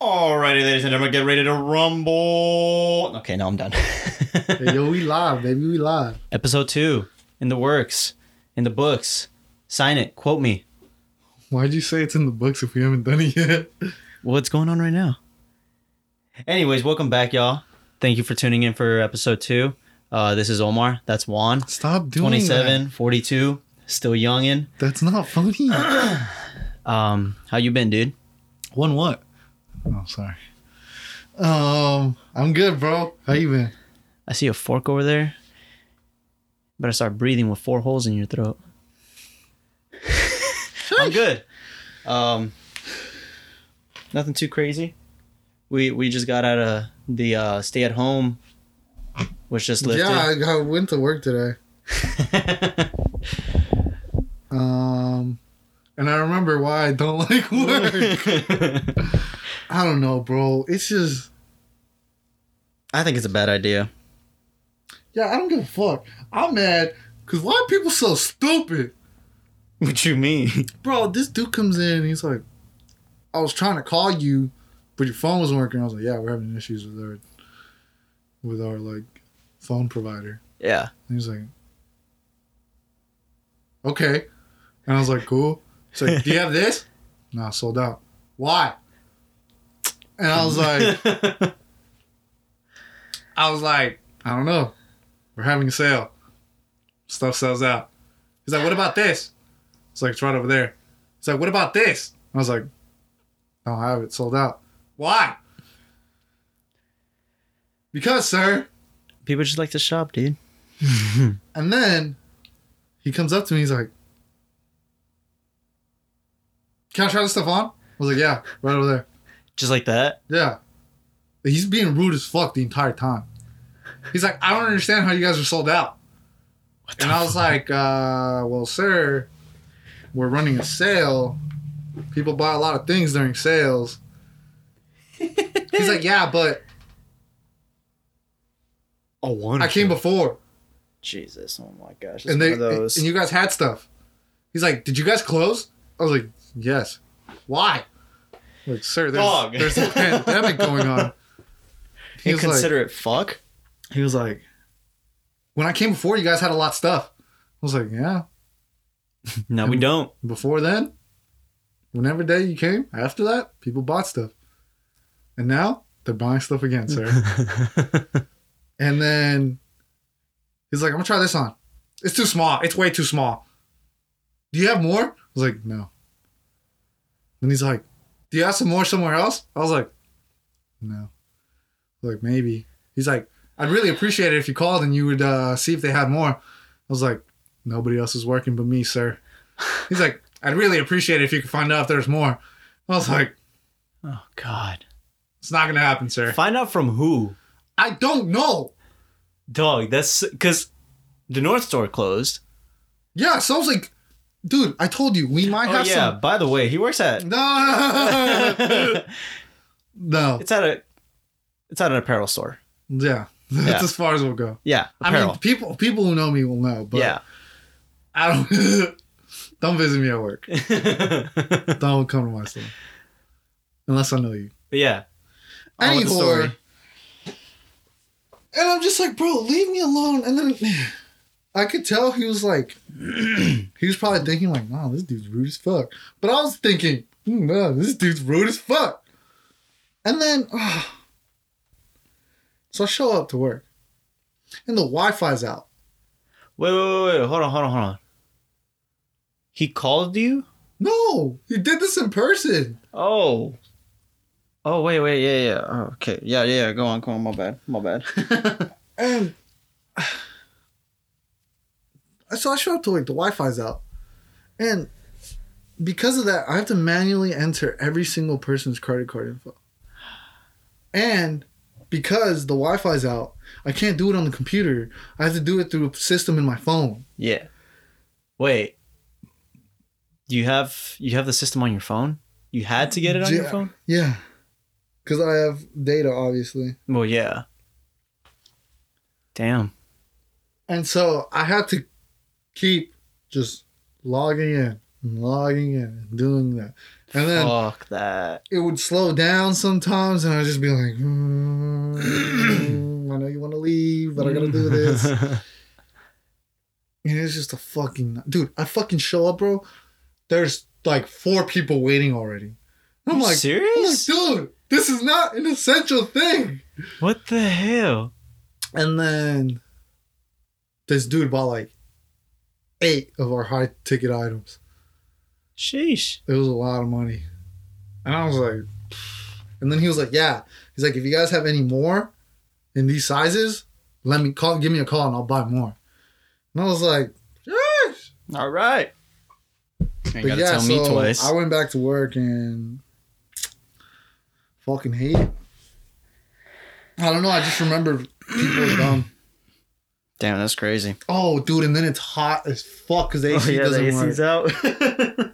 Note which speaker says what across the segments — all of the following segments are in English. Speaker 1: Alrighty, ladies and gentlemen, get ready to rumble. Okay, now I'm done.
Speaker 2: Hey, yo, we live, baby. We live.
Speaker 1: Episode two in the works, in the books. Sign it, quote me.
Speaker 2: Why'd you say it's in the books if we haven't done it yet?
Speaker 1: What's going on right now? Anyways, welcome back, y'all. Thank you for tuning in for episode two. Uh, this is Omar. That's Juan.
Speaker 2: Stop doing
Speaker 1: 27, 42, still youngin'.
Speaker 2: that. That's not funny.
Speaker 1: Um, how you been, dude?
Speaker 2: One what? Oh, sorry. Um, I'm good, bro. How you been?
Speaker 1: I see a fork over there. Better start breathing with four holes in your throat. I'm good. Um, nothing too crazy. We we just got out of the uh, stay at home, was just lifted.
Speaker 2: Yeah, I got, went to work today. Um, and I remember why I don't like work. I don't know, bro. It's just
Speaker 1: I think it's a bad idea.
Speaker 2: yeah. I don't give a fuck. I'm mad because why are people so stupid?
Speaker 1: What you mean?
Speaker 2: bro, this dude comes in and he's like, I was trying to call you, but your phone wasn't working. I was like, yeah, we're having issues with our, with our like, phone provider.
Speaker 1: Yeah.
Speaker 2: And he's like, okay. And I was like, cool. He's like, do you have this? Nah, sold out. Why? And I was like, I was like, I don't know. We're having a sale. Stuff sells out. He's like, what about this? It's like, it's right over there. He's like, what about this? I was like, I don't have it. Sold out. Why? Because, sir.
Speaker 1: People just like to shop, dude.
Speaker 2: And then he comes up to me. He's like, can I try this stuff on? I was like, yeah, right over there.
Speaker 1: Just like that.
Speaker 2: Yeah. He's being rude as fuck the entire time. He's like, I don't understand how you guys are sold out. and I was like, uh, well, sir, we're running a sale. People buy a lot of things during sales. He's like, yeah, but
Speaker 1: Oh, one.
Speaker 2: I came before
Speaker 1: Jesus. Oh my gosh.
Speaker 2: and they and you guys had stuff. He's like, did you guys close? I was like, yes. Why? Like, sir, there's,
Speaker 1: Dog.
Speaker 2: there's a pandemic going on. He was like,
Speaker 1: Inconsiderate fuck.
Speaker 2: he was like, when I came before, you guys had a lot of stuff. I was like, yeah.
Speaker 1: No, we don't.
Speaker 2: Before then, whenever day you came, after that, people bought stuff. And now they're buying stuff again, sir. and then he's like, I'm gonna try this on. It's too small. It's way too small. Do you have more? I was like, no. And he's like, Do you have some more somewhere else? I was like, no. I was like, maybe. He's like, I'd really appreciate it if you called and you would uh, see if they had more. I was like, nobody else is working but me, sir. He's like, I'd really appreciate it if you could find out if there's more. I was like,
Speaker 1: oh God.
Speaker 2: it's not gonna happen, sir.
Speaker 1: Find out from who.
Speaker 2: I don't know.
Speaker 1: Dog, that's because the North Store closed.
Speaker 2: Yeah, so I was like, dude, I told you we might
Speaker 1: Oh, yeah.
Speaker 2: have some.
Speaker 1: By the way, he works at.
Speaker 2: No,
Speaker 1: it's
Speaker 2: no,
Speaker 1: at a. It's at an apparel store.
Speaker 2: yeah, that's
Speaker 1: Yeah.
Speaker 2: as far as we'll go.
Speaker 1: Yeah,
Speaker 2: I
Speaker 1: apparel.
Speaker 2: mean, people people who know me will know, but
Speaker 1: yeah.
Speaker 2: I don't. don't visit me at work. Don't come to my store unless I know you.
Speaker 1: yeah. On with the
Speaker 2: Anyhow,
Speaker 1: story.
Speaker 2: And I'm just like, bro, leave me alone. And then I could tell he was like, he was probably thinking like, nah, this dude's rude as fuck. But I was thinking, mm, nah, this dude's rude as fuck. And then, ah. so I show up to work, and the Wi-Fi's out.
Speaker 1: Wait, wait, wait, wait. Hold on, hold on, hold on. He called you?
Speaker 2: No, he did this in person.
Speaker 1: Oh. Oh wait, wait, yeah, yeah. Oh, okay, yeah, yeah. Go on, go on. My bad, my bad.
Speaker 2: And so I show up to like the Wi-Fi's out, and because of that, I have to manually enter every single person's credit card info. And because the Wi-Fi's out, I can't do it on the computer. I have to do it through a system in my phone.
Speaker 1: yeah. Wait. You have you have the system on your phone? You had to get it on your
Speaker 2: Yeah.
Speaker 1: phone?
Speaker 2: Yeah, because I have data, obviously.
Speaker 1: Well, yeah. Damn.
Speaker 2: And so I had to keep just logging in and logging in and doing that. And then
Speaker 1: Fuck that.
Speaker 2: it would slow down sometimes, and I'd just be like, "Mm, I know you want to leave, but I gotta do this. And it's just a fucking dude. I fucking show up, bro. There's like four people waiting already. And I'm
Speaker 1: You
Speaker 2: like, I'm like,
Speaker 1: serious?
Speaker 2: dude, this is not an essential thing.
Speaker 1: What the hell?
Speaker 2: And then this dude bought like eight of our high ticket items.
Speaker 1: Sheesh.
Speaker 2: It was a lot of money. And I was like, and then he was like, yeah. He's like, if you guys have any more in these sizes, let me call, give me a call and I'll buy more. And I was like, yes.
Speaker 1: All right. You
Speaker 2: But
Speaker 1: gotta
Speaker 2: yeah,
Speaker 1: tell
Speaker 2: so
Speaker 1: me twice.
Speaker 2: I went back to work and fucking hate it. I don't know. I just remember people are dumb.
Speaker 1: Damn, that's crazy.
Speaker 2: Oh, dude, and then it's hot as fuck because
Speaker 1: Oh,
Speaker 2: AC doesn't work.
Speaker 1: out.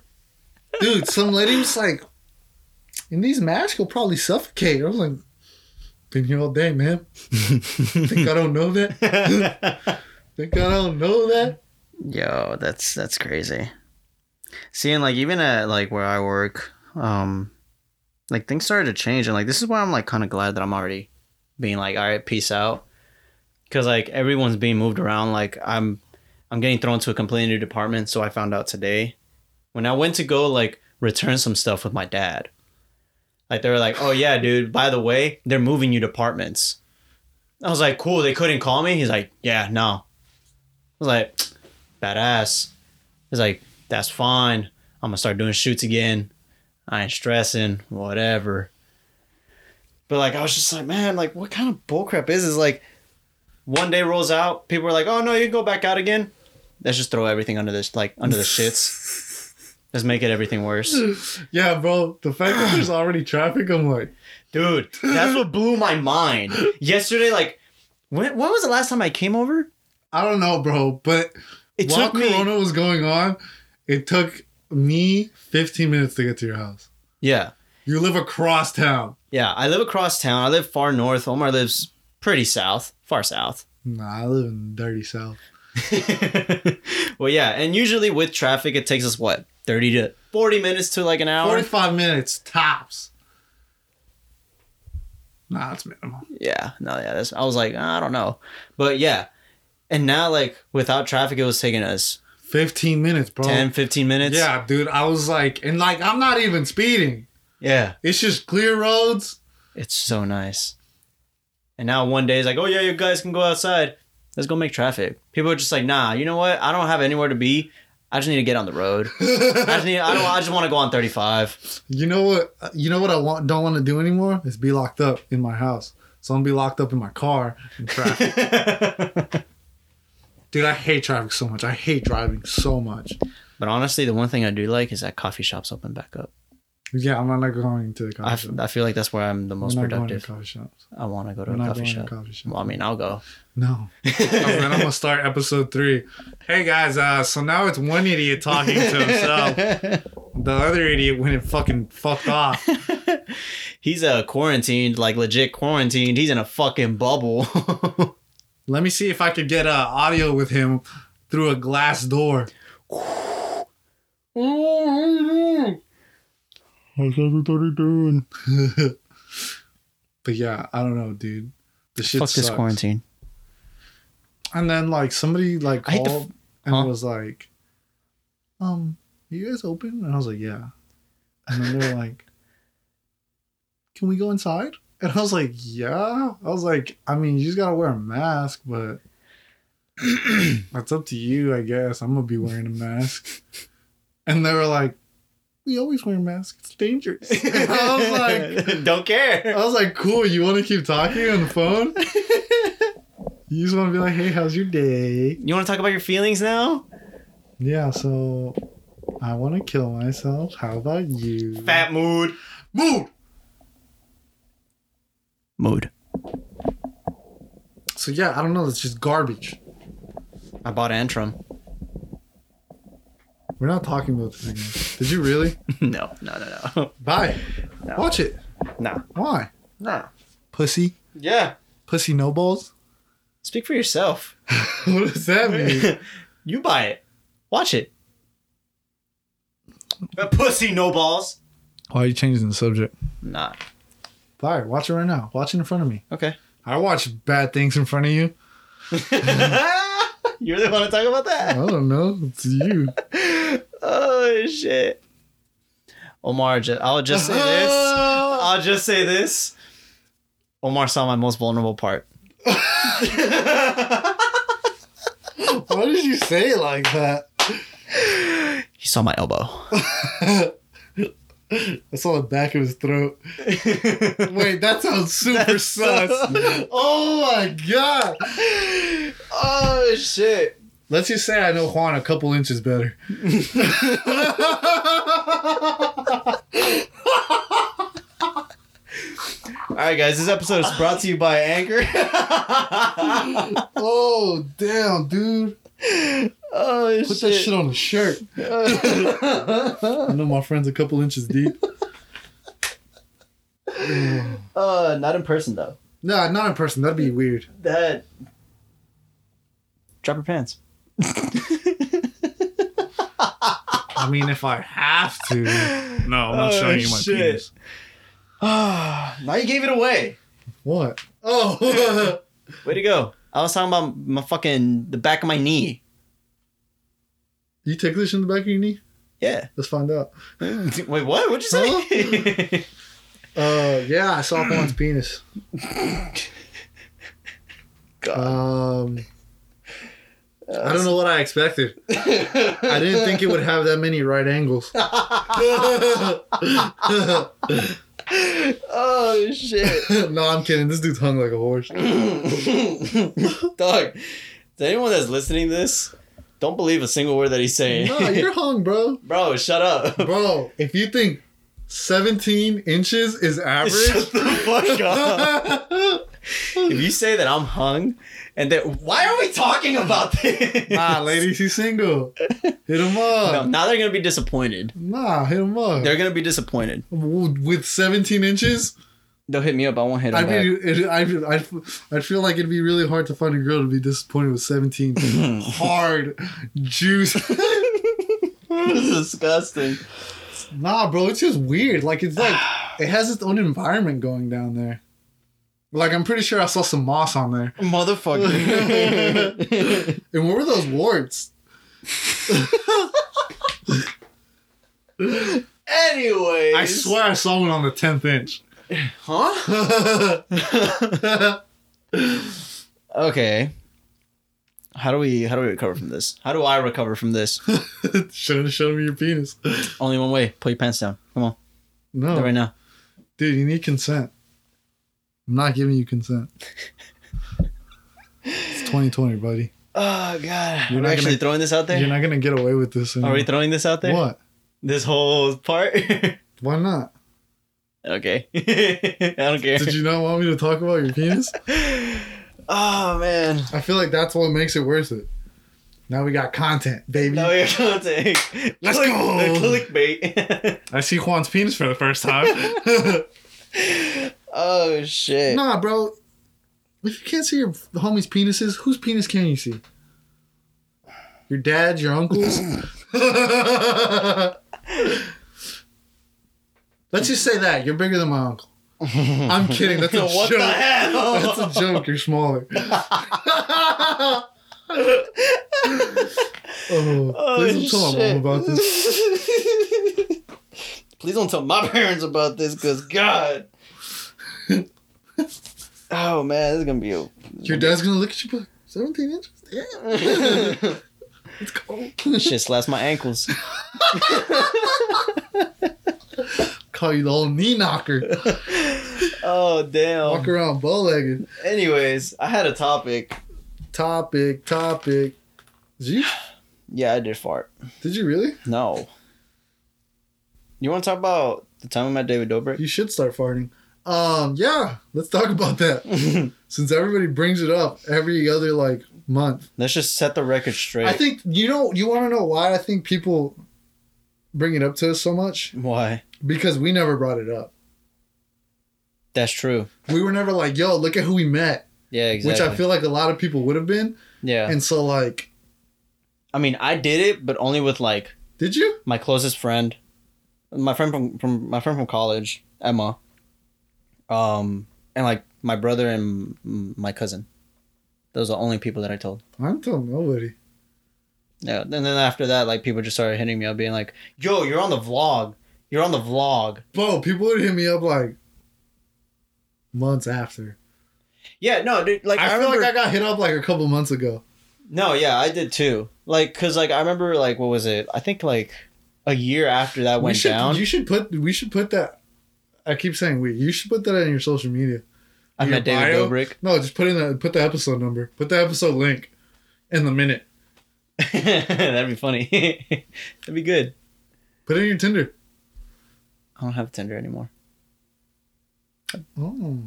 Speaker 2: Dude, some lady was like, "In these masks, you'll probably suffocate." I was like, "Been here all day, man. Think I don't know that? Think I don't know that?"
Speaker 1: Yo, that's that's crazy. Seeing like even at like where I work, um, like things started to change, and like this is why I'm like kind of glad that I'm already being like, all right, peace out, because like everyone's being moved around. Like I'm, I'm getting thrown to a completely new department. So I found out today, when I went to go like return some stuff with my dad, like they were like, oh yeah, dude, by the way, they're moving you departments. I was like, cool. They couldn't call me. He's like, yeah, no. I was like badass. It's like, that's fine. I'm gonna start doing shoots again. I ain't stressing, whatever. But like, I was just like, man, like, what kind of bullcrap is this? Like, one day rolls out, people are like, oh no, you can go back out again. Let's just throw everything under this, like, under the shits. Let's make it everything worse.
Speaker 2: Yeah, bro. The fact that there's already traffic, I'm like,
Speaker 1: Dude, that's what blew my mind. Yesterday, like, when, when was the last time I came over?
Speaker 2: I don't know, bro. But
Speaker 1: It
Speaker 2: while
Speaker 1: took me.
Speaker 2: Corona was going on, it took me 15 minutes to get to your house.
Speaker 1: yeah.
Speaker 2: You live across town.
Speaker 1: Yeah, I live across town. I live far north. Omar lives pretty south, far south.
Speaker 2: Nah, I live in dirty south.
Speaker 1: well, yeah, and usually with traffic, it takes us what thirty to forty minutes to like an hour.
Speaker 2: 45 minutes tops. Nah, that's minimal.
Speaker 1: Yeah, no, yeah, that's. I was like, I don't know, but yeah, and now like without traffic, it was taking us
Speaker 2: 15 minutes, bro.
Speaker 1: 10, 15 minutes.
Speaker 2: yeah, dude. I was like, and like, I'm not even speeding.
Speaker 1: yeah,
Speaker 2: It's just clear roads.
Speaker 1: it's so nice. And now one day it's like, oh yeah, you guys can go outside. Let's go make traffic. People are just like, nah, you know what? I don't have anywhere to be. I just need to get on the road. I just
Speaker 2: you
Speaker 1: need. I don't. I just want to go on thirty five.
Speaker 2: know what? You know what I want, don't want to do anymore is be locked up in my house. So I'm gonna be locked up in my car in traffic.
Speaker 1: but
Speaker 2: dude, I hate traffic so much. I hate driving so much.
Speaker 1: honestly, the one thing I do like is that coffee shops open back up.
Speaker 2: Yeah, I'm not going to the
Speaker 1: I,
Speaker 2: coffee
Speaker 1: f-
Speaker 2: shop.
Speaker 1: I feel like that's where I'm the most
Speaker 2: We're not going to
Speaker 1: productive.
Speaker 2: coffee shops.
Speaker 1: I want to go to
Speaker 2: We're
Speaker 1: a
Speaker 2: not
Speaker 1: coffee
Speaker 2: going to
Speaker 1: shop.
Speaker 2: coffee shops.
Speaker 1: Well, I mean, I'll go.
Speaker 2: No. And then I'm gonna start episode three. Hey guys, uh, so now it's one idiot talking to himself. the other idiot went and fucking fucked off.
Speaker 1: He's uh, quarantined, like legit quarantined. He's in a fucking bubble.
Speaker 2: Let me see if I could get uh, audio with him through a glass door.
Speaker 1: How's everybody doing?
Speaker 2: but yeah, I don't know, dude. The shit
Speaker 1: Fuck
Speaker 2: sucks.
Speaker 1: this quarantine.
Speaker 2: And then like somebody like
Speaker 1: I hate
Speaker 2: called
Speaker 1: the
Speaker 2: and
Speaker 1: huh?
Speaker 2: was like, "Um, you guys open?" And I was like, "Yeah." And then they're like, "Can we go inside?" And I was like, "Yeah." I was like, "I mean, you just gotta wear a mask, but that's up to you, I guess. I'm gonna be wearing a mask." And they were like, "We always wear masks. It's dangerous." And I was like,
Speaker 1: don't care.
Speaker 2: I was like, cool, you want to keep talking on the phone? you just want to be like, hey, how's your day?
Speaker 1: You want to talk about your feelings now?
Speaker 2: Yeah, so I want to kill myself. How about you?
Speaker 1: Fat mood.
Speaker 2: mood.
Speaker 1: Mood.
Speaker 2: So yeah, I don't know. It's just garbage.
Speaker 1: I bought Antrim.
Speaker 2: We're not talking about this anymore. Did you really?
Speaker 1: no, no, no, no.
Speaker 2: Bye.
Speaker 1: No.
Speaker 2: Watch it.
Speaker 1: Nah.
Speaker 2: Why?
Speaker 1: Nah.
Speaker 2: Pussy.
Speaker 1: Yeah.
Speaker 2: Pussy no balls.
Speaker 1: Speak for yourself.
Speaker 2: what does that mean?
Speaker 1: you buy it. Watch it. A pussy no balls.
Speaker 2: Why are you changing the subject?
Speaker 1: Not
Speaker 2: Fire. Watch it right now. Watch it in front of me.
Speaker 1: okay.
Speaker 2: I watch bad things in front of you.
Speaker 1: you really want to talk about
Speaker 2: I
Speaker 1: that?
Speaker 2: don't know. It's you.
Speaker 1: oh shit. Omar, ju- I'll just say this. I'll just say this. Omar saw my most vulnerable part.
Speaker 2: Why did you say it like that?
Speaker 1: He saw my elbow.
Speaker 2: I saw the back of his throat. Wait, that sounds super
Speaker 1: That's
Speaker 2: sus.
Speaker 1: so-
Speaker 2: oh my god.
Speaker 1: oh shit.
Speaker 2: Let's just say I know Juan a couple inches better.
Speaker 1: All right, guys. This episode is brought to you by Anchor.
Speaker 2: oh damn, dude.
Speaker 1: oh
Speaker 2: Put that shit on a shirt. I know my friend's a couple inches deep.
Speaker 1: uh, not in person though.
Speaker 2: Nah, not in person. That'd be weird.
Speaker 1: That. Drop your pants.
Speaker 2: I mean, if I have to. No, I'm
Speaker 1: Oh, shit. now you gave it away.
Speaker 2: What? Oh.
Speaker 1: Way to go. I was talking about my fucking the back of my knee.
Speaker 2: you ticklish in the back of your knee?
Speaker 1: Yeah.
Speaker 2: Let's find out.
Speaker 1: Wait, what? What'd you say?
Speaker 2: Uh, yeah, I saw Juan's penis. Um, I don't know what I expected. I didn't think it would have that many right angles. no,
Speaker 1: oh shit.
Speaker 2: I'm kidding. This dude's hung like a horse.
Speaker 1: Dog. To anyone that's listening to this, don't believe a single word that he's saying.
Speaker 2: No, you're hung, bro.
Speaker 1: Bro, shut up.
Speaker 2: Bro, if you think 17 inches is average,
Speaker 1: Shut the fuck up. if you say that I'm hung and that why are we talking about this?
Speaker 2: nah, ladies, he's single. Hit him
Speaker 1: No,
Speaker 2: up.
Speaker 1: now they're gonna be disappointed.
Speaker 2: Nah, hit him up.
Speaker 1: They're gonna be disappointed.
Speaker 2: W- With 17 inches,
Speaker 1: They'll hit me up. I won't hit them
Speaker 2: I'd,
Speaker 1: back.
Speaker 2: be, it, I'd, I'd, I'd feel like it'd be really hard to find a girl to be disappointed with 17 hard juice.
Speaker 1: this is disgusting.
Speaker 2: nah, bro, it's just weird. Like, it's like, it has its own environment going down there. Like, I'm pretty sure I saw some moss on there.
Speaker 1: Motherfucker.
Speaker 2: And what were those warts?
Speaker 1: Anyways.
Speaker 2: I swear I saw one on the 10th inch.
Speaker 1: Huh? Okay. How do we how do we recover from this? How do I recover from this?
Speaker 2: Should have shown me your penis.
Speaker 1: Only one way. Put your pants down. Come on. Do it
Speaker 2: No,
Speaker 1: Right now.
Speaker 2: dude, you need consent. I'm not giving you consent. It's 2020, buddy.
Speaker 1: Oh god.
Speaker 2: You're
Speaker 1: We're
Speaker 2: not
Speaker 1: actually
Speaker 2: gonna-
Speaker 1: throwing this out there?
Speaker 2: You're not gonna get away with this.
Speaker 1: Are we
Speaker 2: anymore.
Speaker 1: throwing this out there?
Speaker 2: What?
Speaker 1: This whole part?
Speaker 2: Why not?
Speaker 1: okay. I don't care.
Speaker 2: Did you not want me to talk about your penis?
Speaker 1: Oh man.
Speaker 2: I feel like that's what makes it worth it. Now we got content, baby.
Speaker 1: Now we have content.
Speaker 2: Let's
Speaker 1: Click-
Speaker 2: go.
Speaker 1: Clickbait.
Speaker 2: I see Juan's penis for the first time.
Speaker 1: oh shit.
Speaker 2: nah, bro. If you can't see your homies' penises, whose penis can you see? Your dad's, your uncle's. Let's just say that you're bigger than my uncle. I'm kidding. That's a
Speaker 1: what
Speaker 2: joke.
Speaker 1: the hell?
Speaker 2: That's a joke. You're smaller. oh,
Speaker 1: Oh,
Speaker 2: please don't tell my mom about this.
Speaker 1: this. please don't tell my parents about this, cause God. oh man, this is gonna be a.
Speaker 2: Your dad's gonna look at you like 17 inches. Damn, it's cold.
Speaker 1: Shit slaps my ankles.
Speaker 2: Call you the old knee knocker.
Speaker 1: Oh damn.
Speaker 2: Walk around bow legged.
Speaker 1: Anyways, I had a topic.
Speaker 2: Topic, topic. Did you?
Speaker 1: Yeah, I did fart.
Speaker 2: Did you really?
Speaker 1: No. You want to talk about the time I met David Dobrik?
Speaker 2: You should start farting. Um, yeah. Let's talk about that. Since everybody brings it up every other like month.
Speaker 1: Let's just set the record straight.
Speaker 2: I think you know. You want to know why I think people bring it up to us so much
Speaker 1: Why?
Speaker 2: because we never brought it up.
Speaker 1: That's true.
Speaker 2: We were never like, "Yo, look at who we met,"
Speaker 1: Yeah, exactly.
Speaker 2: which I feel like a lot of people would have been.
Speaker 1: yeah.
Speaker 2: And so, like,
Speaker 1: I mean, I did it, but only with like
Speaker 2: did you?
Speaker 1: my closest friend my friend from, from my friend from college, Emma, um, and like my brother and m- my cousin. Those are the only people that I told.
Speaker 2: I don't tell nobody.
Speaker 1: Yeah, and then after that, like people just started hitting me up, being like, "Yo, you're on the vlog. You're on the vlog."
Speaker 2: Bro, people would hit me up like months after.
Speaker 1: Yeah, no, dude. Like I,
Speaker 2: I, feel
Speaker 1: remember,
Speaker 2: like I got hit up like a couple months ago.
Speaker 1: no, yeah, I did too. Like, cause like I remember, like what was it? I think like a year after that
Speaker 2: we
Speaker 1: went
Speaker 2: should,
Speaker 1: down.
Speaker 2: You should put. We should put that. I keep saying we. You should put that on your social media.
Speaker 1: I
Speaker 2: your
Speaker 1: met David
Speaker 2: bio?
Speaker 1: Dobrik.
Speaker 2: No, just put in the put the episode number. Put the episode link in the minute.
Speaker 1: That'd be funny. That'd be good.
Speaker 2: Put in your Tinder.
Speaker 1: I don't have Tinder anymore.
Speaker 2: Oh,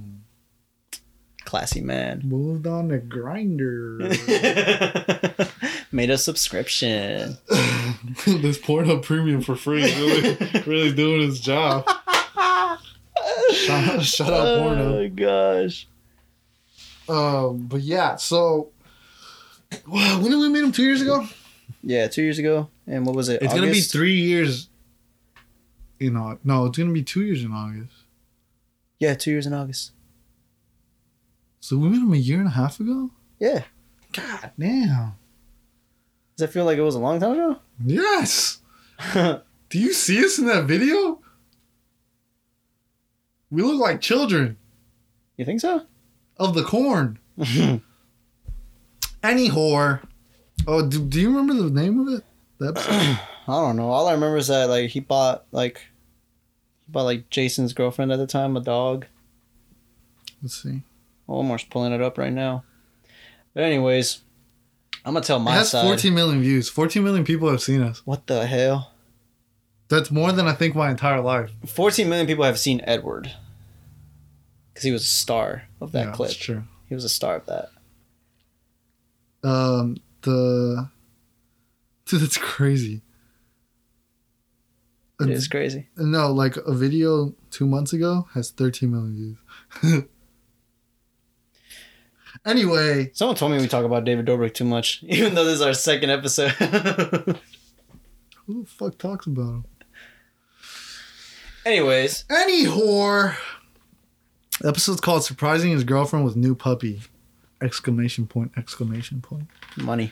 Speaker 1: Classy man.
Speaker 2: moved on to Grinder.
Speaker 1: Made a subscription.
Speaker 2: this Pornhub Premium for free really, really doing its job. Shout, shout out
Speaker 1: oh
Speaker 2: Pornhub.
Speaker 1: my gosh.
Speaker 2: Um, but yeah, so wow, when did we meet him? Two years ago.
Speaker 1: Yeah, two years ago. And what was it?
Speaker 2: It's gonna be
Speaker 1: August?
Speaker 2: three years. In August. No, it's gonna be two years in August.
Speaker 1: Yeah, two years in August.
Speaker 2: So we met him a year and a half ago.
Speaker 1: Yeah.
Speaker 2: God damn.
Speaker 1: Does that feel like it was a long time ago?
Speaker 2: Yes. Do you see us in that video? We look like children
Speaker 1: you think so?
Speaker 2: of the corn. Any whore. Oh, do, do you remember the name of it? The episode?
Speaker 1: I don't know. All I remember is that like he bought like he bought like Jason's girlfriend at the time a dog.
Speaker 2: Let's see.
Speaker 1: Omar's pulling it up right now. But anyways, I'm gonna tell
Speaker 2: It
Speaker 1: my
Speaker 2: has
Speaker 1: side.
Speaker 2: 14 million views. 14 million people have seen us.
Speaker 1: What the hell?
Speaker 2: That's more than I think my entire life.
Speaker 1: 14 million people have seen Edward because he was a star of that
Speaker 2: Yeah,
Speaker 1: clip.
Speaker 2: That's true.
Speaker 1: He was a star of that.
Speaker 2: Um, the dude, that's crazy.
Speaker 1: It is crazy.
Speaker 2: No, like a video two months ago has 13 million views. anyway,
Speaker 1: Someone told me we talk about David Dobrik too much, even though this is our second episode.
Speaker 2: who the fuck talks about him?
Speaker 1: anyways,
Speaker 2: Any whore. The episode's called "Surprising His Girlfriend with New Puppy!" Exclamation point! Exclamation point!
Speaker 1: money.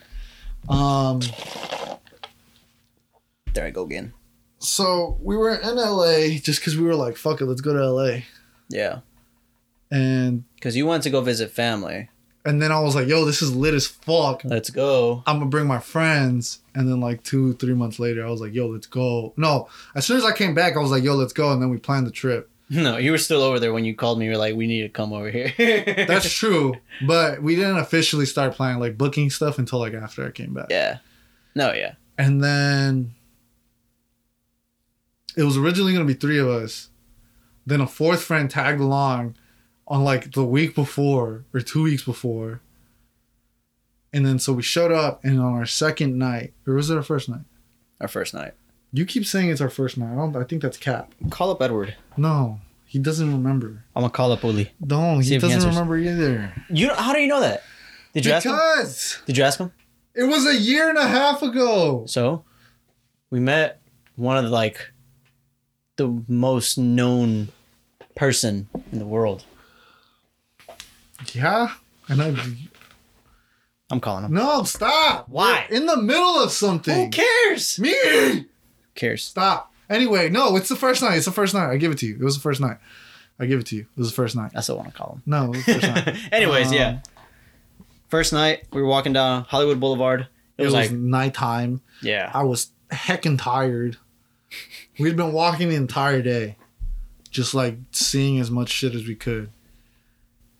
Speaker 2: Um,
Speaker 1: There I go again.
Speaker 2: so we were in LA just because we were like, "Fuck it, let's go to LA."
Speaker 1: Yeah,
Speaker 2: And
Speaker 1: because you went to go visit family.
Speaker 2: and then I was like, "Yo, this is lit as fuck."
Speaker 1: Let's go.
Speaker 2: I'm gonna bring my friends. And then like two, three months later, I was like, yo, let's go. No, as soon as I came back, I was like, yo, let's go. And then we planned the trip.
Speaker 1: No, you were still over there when you called me. You were like, we need to come over here.
Speaker 2: That's true. But we didn't officially start planning like booking stuff until like after I came back.
Speaker 1: yeah. No, yeah.
Speaker 2: And then it was originally gonna be three of us. Then a fourth friend tagged along on like the week before or two weeks before. And then so we showed up and on our second night, or was it our first night?
Speaker 1: Our first night.
Speaker 2: You keep saying it's our first night. I don't. I think that's Cap.
Speaker 1: Call up Edward.
Speaker 2: No, he doesn't remember.
Speaker 1: I'm gonna call up Uli.
Speaker 2: No, he
Speaker 1: See if he
Speaker 2: doesn't
Speaker 1: answers.
Speaker 2: remember either.
Speaker 1: You? How do you know that? Did you ask him?
Speaker 2: Because
Speaker 1: Did you ask him?
Speaker 2: it was a year and a half ago.
Speaker 1: So, we met one of like the most known person in the world.
Speaker 2: Yeah, and I.
Speaker 1: I'm calling him.
Speaker 2: No, stop.
Speaker 1: Why?
Speaker 2: We're in the middle of
Speaker 1: Who
Speaker 2: something.
Speaker 1: cares?
Speaker 2: Me.
Speaker 1: Cares.
Speaker 2: Stop. Anyway, no, it's the first night. It's the first night. I give it to you. It was the first night. I give it to you. It was the first night.
Speaker 1: I still want to call him.
Speaker 2: No, it was the first night.
Speaker 1: Anyways,
Speaker 2: Um,
Speaker 1: yeah. First night, we were walking down Hollywood Boulevard. It
Speaker 2: It
Speaker 1: was,
Speaker 2: was
Speaker 1: like,
Speaker 2: nighttime.
Speaker 1: yeah.
Speaker 2: I was heckin' tired. We'd been walking the entire day, just like seeing as much shit as we could.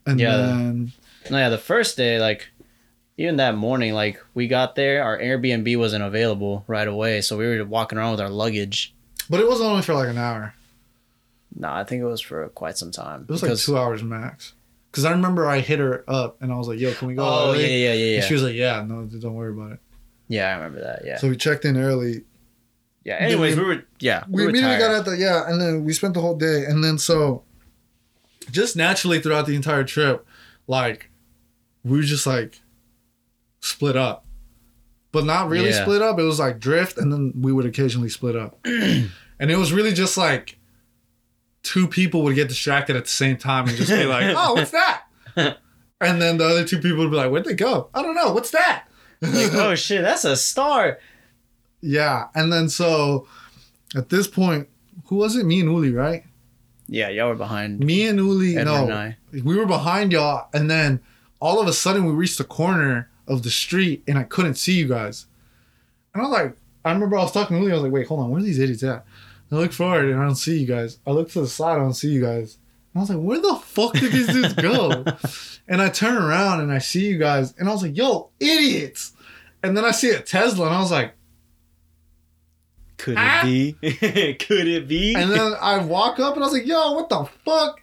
Speaker 2: And
Speaker 1: Yeah.
Speaker 2: then
Speaker 1: No, yeah, the first day, like, even that morning, like, we got there, our Airbnb wasn't available right away, so we were walking around with our luggage.
Speaker 2: but it was only for like an hour.
Speaker 1: No, I think it was for quite some time.
Speaker 2: It was like two hours max. Cause I remember I hit her up and I was like, "Yo, can we go?"
Speaker 1: Oh, yeah,
Speaker 2: early?"
Speaker 1: yeah, yeah,
Speaker 2: And
Speaker 1: yeah.
Speaker 2: she was like, "Yeah, no, dude, don't worry about it."
Speaker 1: yeah, I remember that. Yeah.
Speaker 2: So we checked in early.
Speaker 1: yeah.
Speaker 2: then
Speaker 1: Anyways,
Speaker 2: we-
Speaker 1: we, were, yeah.
Speaker 2: We,
Speaker 1: were
Speaker 2: immediately
Speaker 1: tired.
Speaker 2: got out the yeah, and then we spent the whole day. And then so, just naturally throughout the entire trip, like we were just like split up, but not really
Speaker 1: Yeah.
Speaker 2: split up. It was like drift, and then we would occasionally split up. And it was really just like two people would get distracted at the same time and just be like, oh, what's that? And then the other two people would be like, where'd they go? I don't know. What's that?
Speaker 1: Like, oh shit, that's a star.
Speaker 2: Yeah. And then so at this point, who was it? Me and Uli, right?
Speaker 1: Yeah, y'all were behind.
Speaker 2: Me and Uli,
Speaker 1: Edward
Speaker 2: no.
Speaker 1: and I.
Speaker 2: we were behind y'all and then all of a sudden we reached the corner of the street and i couldn't see you guys and i was like i remember i was talking to Lily, i was like wait hold on where are these idiots at i look forward and i don't see you guys i look to the side i don't see you guys and i was like where the fuck did these dudes go and i turn around and i see you guys and i was like yo idiots and then i see a tesla and i was like
Speaker 1: Could
Speaker 2: Ah.
Speaker 1: it be? Could it be?
Speaker 2: and then i walk up and i was like yo what the fuck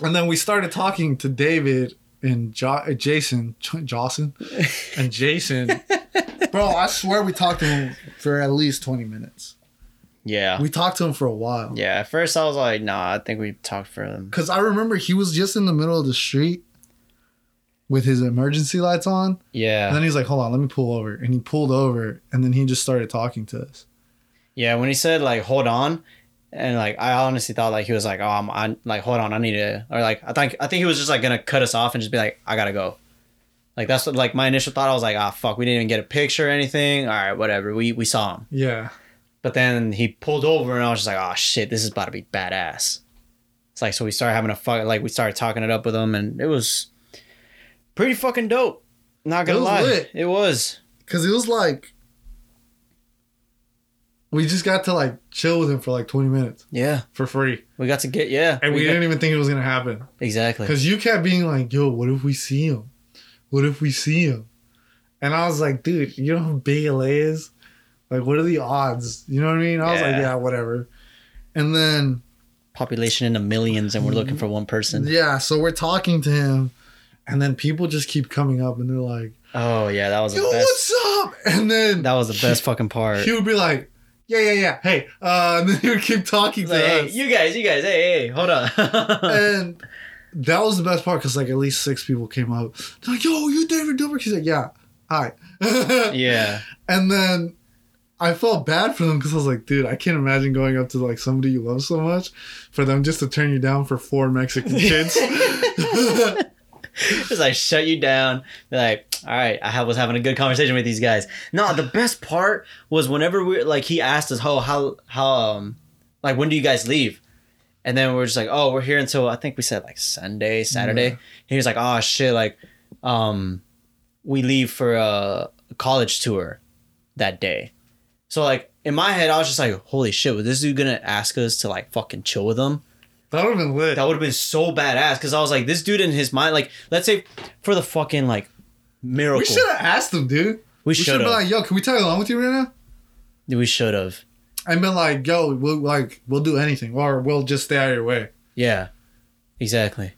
Speaker 2: and then we started talking to David and jo- uh, Jason, Ch- Jocelyn, and Jason. Bro, I swear we talked to him for at least twenty minutes.
Speaker 1: yeah.
Speaker 2: We talked to him for a while
Speaker 1: Yeah, at first I was like, nah, I think we talked for them.
Speaker 2: because I remember he was just in the middle of the street with his emergency lights on, and
Speaker 1: Yeah.
Speaker 2: then he's like, "Hold on, let me pull over," and he pulled over, and then he just started talking to us.
Speaker 1: Yeah, when he said like hold on and like I honestly thought like he was like, Oh I'm I like hold on, I need to or like I think I think he was just like gonna cut us off and just be like, I gotta go. Like that's what like my initial thought I was like, ah fuck, we didn't even get a picture or anything. All right, whatever. We we saw him.
Speaker 2: Yeah,
Speaker 1: But then he pulled over and I was just like, oh shit, this is about to be badass. It's like so we started having a fuck like we started talking it up with him and it was pretty fucking dope. Not gonna
Speaker 2: It was
Speaker 1: lie.
Speaker 2: lit.
Speaker 1: It was.
Speaker 2: because it was like we just got to like chill with him for like twenty minutes
Speaker 1: Yeah.
Speaker 2: for free,
Speaker 1: We got to get yeah.
Speaker 2: and we,
Speaker 1: got-
Speaker 2: didn't even think it was gonna happen.
Speaker 1: Exactly.
Speaker 2: Because you kept being like, yo, what if we see him? What if we see him? And I was like, dude, you know how big LA is? Like, what are the odds? You know what I mean? I was like,
Speaker 1: Yeah.
Speaker 2: yeah, whatever. And then,
Speaker 1: Population in the millions and we're looking for one person.
Speaker 2: yeah, so we're talking to him. And then people just keep coming up and they're like,
Speaker 1: Oh yeah, that was
Speaker 2: yo,
Speaker 1: the best
Speaker 2: what's up? And then
Speaker 1: that was the best fucking part.
Speaker 2: he would be like, yeah, yeah, yeah, hey. Uh, and then he would keep talking to
Speaker 1: Like, hey,
Speaker 2: us.
Speaker 1: you guys, you guys, hey, hey, hold on.
Speaker 2: and that was the best part because, like, at least six people came up. They're like, yo, you David Dobrik? He's like, yeah, hi.
Speaker 1: yeah.
Speaker 2: And then I felt bad for them because I was like, dude, I can't imagine going up to like somebody you love so much for them just to turn you down for four Mexican kids.
Speaker 1: Just like shut you down. Be like, all right, I ha- was having a good conversation with these guys. No, the best part was whenever we like he asked us, oh, how how um like when do you guys leave? And then we are just like, oh, we're here until I think we said like Sunday, Saturday.
Speaker 2: Yeah.
Speaker 1: He was like, oh shit, like um we leave for a college tour that day. So like in my head, I was just like, holy shit, was this dude gonna ask us to like fucking chill with him?
Speaker 2: that would have been lit.
Speaker 1: That would have been so badass because I was like, this dude in his mind, like, let's say for the fucking like miracle,
Speaker 2: we should have asked them, dude.
Speaker 1: we
Speaker 2: We should
Speaker 1: should
Speaker 2: have been
Speaker 1: have,
Speaker 2: like, yo, can we tag along with you right now?
Speaker 1: we should have,
Speaker 2: And been like, yo, we'll like we'll do anything or we'll just stay out of your way.
Speaker 1: yeah, exactly.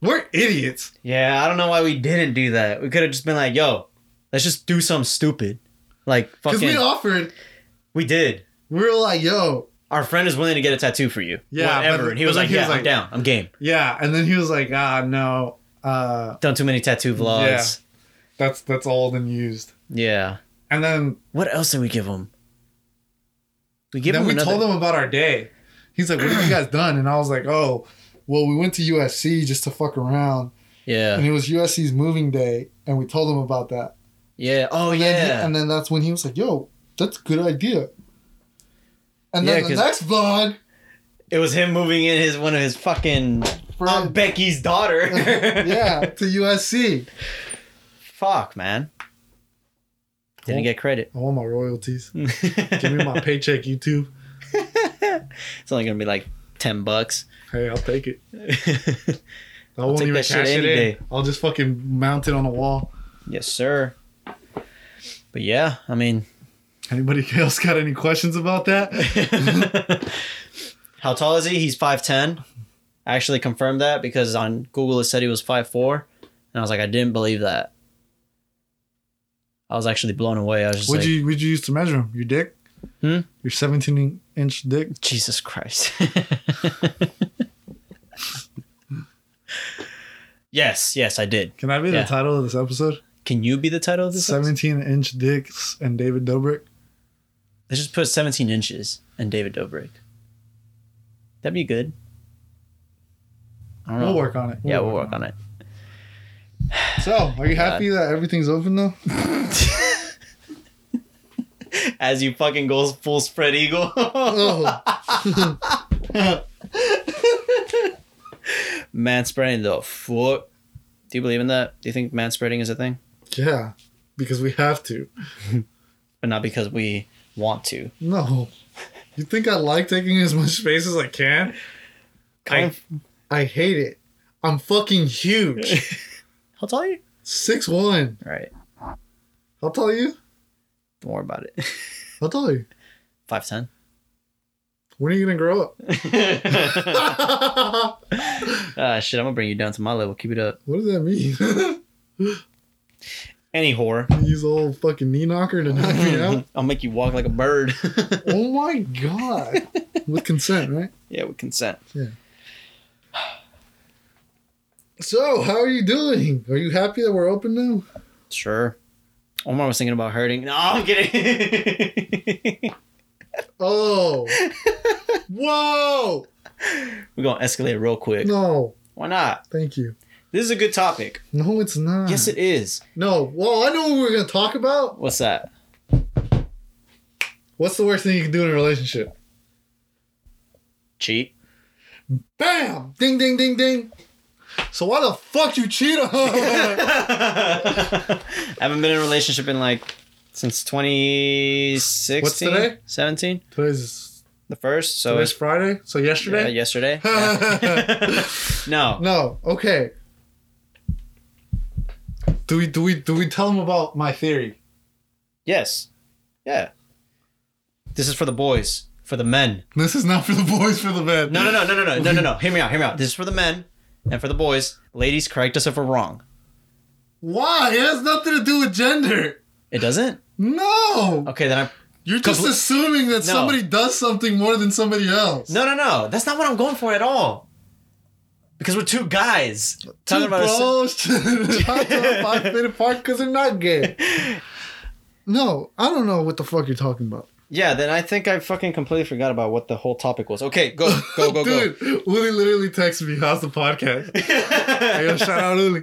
Speaker 2: We're idiots.
Speaker 1: Yeah, I don't know why we didn't do that. We could have just been like, yo, let's just do something stupid, like
Speaker 2: Because
Speaker 1: fucking.
Speaker 2: we
Speaker 1: We,
Speaker 2: offered,
Speaker 1: did.
Speaker 2: we were like, yo,
Speaker 1: Our friend is willing to get a tattoo for you,
Speaker 2: Yeah,
Speaker 1: whatever.
Speaker 2: but-
Speaker 1: and he was
Speaker 2: but
Speaker 1: like,
Speaker 2: he was
Speaker 1: yeah, I'm
Speaker 2: like-
Speaker 1: down, I'm game.
Speaker 2: yeah. And then he was like, ah, no, uh,
Speaker 1: Done too many tattoo vlogs.
Speaker 2: that's that's old and used.
Speaker 1: Yeah.
Speaker 2: And then
Speaker 1: What else did we give him? We give
Speaker 2: then
Speaker 1: him
Speaker 2: we
Speaker 1: another.
Speaker 2: told him about our day. He's like, "What have you guys done?" And I was like, "Oh, well, we went to USC just to fuck around, and
Speaker 1: yeah.
Speaker 2: it was USC's moving day, and we told him about that."
Speaker 1: Yeah. Oh
Speaker 2: And then he-
Speaker 1: yeah.
Speaker 2: and then that's when he was like, "Yo, that's a good idea." And then
Speaker 1: Yeah,
Speaker 2: the
Speaker 1: 'cause-
Speaker 2: next vlog,
Speaker 1: It was him moving in his one of his fucking
Speaker 2: for,
Speaker 1: Aunt Becky's daughter.
Speaker 2: yeah, to USC.
Speaker 1: Fuck, man. Didn't get credit.
Speaker 2: I want my royalties.
Speaker 1: it's
Speaker 2: Give me my paycheck, YouTube.
Speaker 1: only gonna be like ten bucks.
Speaker 2: Hey, I'll take it. I
Speaker 1: I'll
Speaker 2: won't
Speaker 1: take
Speaker 2: even
Speaker 1: that shit
Speaker 2: cash it
Speaker 1: any
Speaker 2: in.
Speaker 1: day.
Speaker 2: I'll just fucking mount it on a wall.
Speaker 1: Yes, sir. But yeah, I mean,
Speaker 2: Anybody else got any questions about that?
Speaker 1: how tall is he? He's five ten. I actually confirmed that because on Google it said he was five four, and I was like, I didn't believe that. I was actually blown away. I was just
Speaker 2: What'd
Speaker 1: like,
Speaker 2: you would you use to measure him? Your dick?
Speaker 1: Hmm?
Speaker 2: Your 17 inch dick?
Speaker 1: Jesus Christ. yes, yes, I did.
Speaker 2: Can I be
Speaker 1: Yeah.
Speaker 2: the title of this episode?
Speaker 1: Can you be the title of this?
Speaker 2: 17 inch dicks and David Dobrik.
Speaker 1: Let's just put 17 inches and David Dobrik. That'd be good. I don't know.
Speaker 2: We'll work on it.
Speaker 1: yeah, we'll work Oh on it.
Speaker 2: it. So, are you happy that everything's open though?
Speaker 1: As you fucking go full spread eagle.
Speaker 2: Oh,
Speaker 1: man spreading the fuck. Do you believe in that? Do you think man spreading is a thing?
Speaker 2: yeah, because we have to.
Speaker 1: But not because we want to.
Speaker 2: No, you think I like taking as much space as I can?
Speaker 1: Kind
Speaker 2: I-
Speaker 1: of.
Speaker 2: I hate it. I'm fucking huge.
Speaker 1: I'll tell you.
Speaker 2: Six one.
Speaker 1: All right.
Speaker 2: I'll tell you.
Speaker 1: Don't worry about it.
Speaker 2: I'll tell you.
Speaker 1: 5'10.
Speaker 2: When are you gonna grow up? what
Speaker 1: Ah, shit, I'm gonna bring you down to my level. Keep it up.
Speaker 2: does that mean?
Speaker 1: Any whore.
Speaker 2: Use the whole fucking knee knocker to knock me out.
Speaker 1: I'll make you walk like a bird.
Speaker 2: Oh my god. With consent, right?
Speaker 1: yeah, with consent.
Speaker 2: So, how are you doing? Are you happy that we're open now?
Speaker 1: Sure. Omar was thinking about hurting. No, I'm kidding.
Speaker 2: Oh. Whoa.
Speaker 1: We're gonna escalate real quick.
Speaker 2: No,
Speaker 1: Why not?
Speaker 2: thank you.
Speaker 1: This is a good topic.
Speaker 2: No, it's not.
Speaker 1: Yes, it is.
Speaker 2: No. Well, I know what we we're gonna talk about.
Speaker 1: What's that?
Speaker 2: What's the worst thing you can do in a relationship?
Speaker 1: Cheat.
Speaker 2: Bam! Ding, ding, ding, ding. So why the fuck you cheat on? her?
Speaker 1: I haven't been in a relationship in like since 2016.
Speaker 2: What's today?
Speaker 1: 17.
Speaker 2: Today's
Speaker 1: The first. So
Speaker 2: today's
Speaker 1: it's
Speaker 2: Friday. So
Speaker 1: yeah,
Speaker 2: yesterday.
Speaker 1: yesterday. Yeah. no.
Speaker 2: No. Okay. Do we do we do we tell them about my theory?
Speaker 1: Yes. Yeah. This is for the boys, for the men.
Speaker 2: This is not for the boys, for the men.
Speaker 1: No, no, no, no, no, no, no, no, no. Hear me out. Hear me out. This is for the men and for the boys. Ladies, correct us if we're wrong.
Speaker 2: Why? It has nothing to do with gender.
Speaker 1: It doesn't.
Speaker 2: No.
Speaker 1: Okay, then I.
Speaker 2: You're just
Speaker 1: Comple-
Speaker 2: assuming that
Speaker 1: No.
Speaker 2: somebody does something more than somebody else.
Speaker 1: No, no, no. That's not what I'm going for at all. Because we're two guys
Speaker 2: Two
Speaker 1: talking about. A,
Speaker 2: bros talk about five feet apart because they're not gay. No, I don't know what the fuck you're talking about.
Speaker 1: yeah. Then I think I fucking completely forgot about what the whole topic was. Okay, go, go, go, go.
Speaker 2: Dude, Uli literally texted me, "How's the podcast?" I gotta shout out Uli.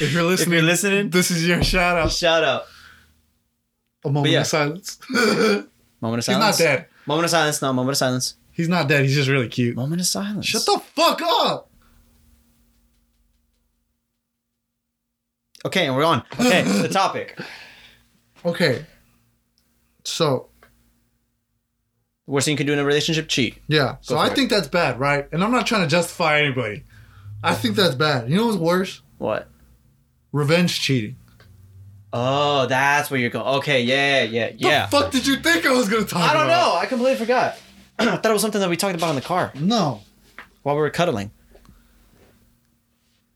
Speaker 2: If you're listening,
Speaker 1: listening-
Speaker 2: this is your shout out.
Speaker 1: Shout out.
Speaker 2: A moment
Speaker 1: yeah.
Speaker 2: of silence. He's
Speaker 1: Moment of silence.
Speaker 2: not dead.
Speaker 1: Moment of silence. No, moment of silence.
Speaker 2: He's not dead. He's just really cute.
Speaker 1: Moment of silence.
Speaker 2: Shut the fuck up.
Speaker 1: Okay, and we're on. Okay, the topic.
Speaker 2: Okay. So
Speaker 1: Worst thing you can do in a relationship: cheat.
Speaker 2: Yeah. So I
Speaker 1: for it.
Speaker 2: think that's bad, right? And I'm not trying to justify anybody. I think that's bad. You know what's worse?
Speaker 1: What?
Speaker 2: Revenge cheating.
Speaker 1: Oh, that's where you're going. Okay, yeah, yeah, yeah.
Speaker 2: The fuck did you think I was gonna talk
Speaker 1: I don't
Speaker 2: about?
Speaker 1: know. I completely forgot. I thought it was something that we talked about in the car
Speaker 2: No.
Speaker 1: while we were cuddling.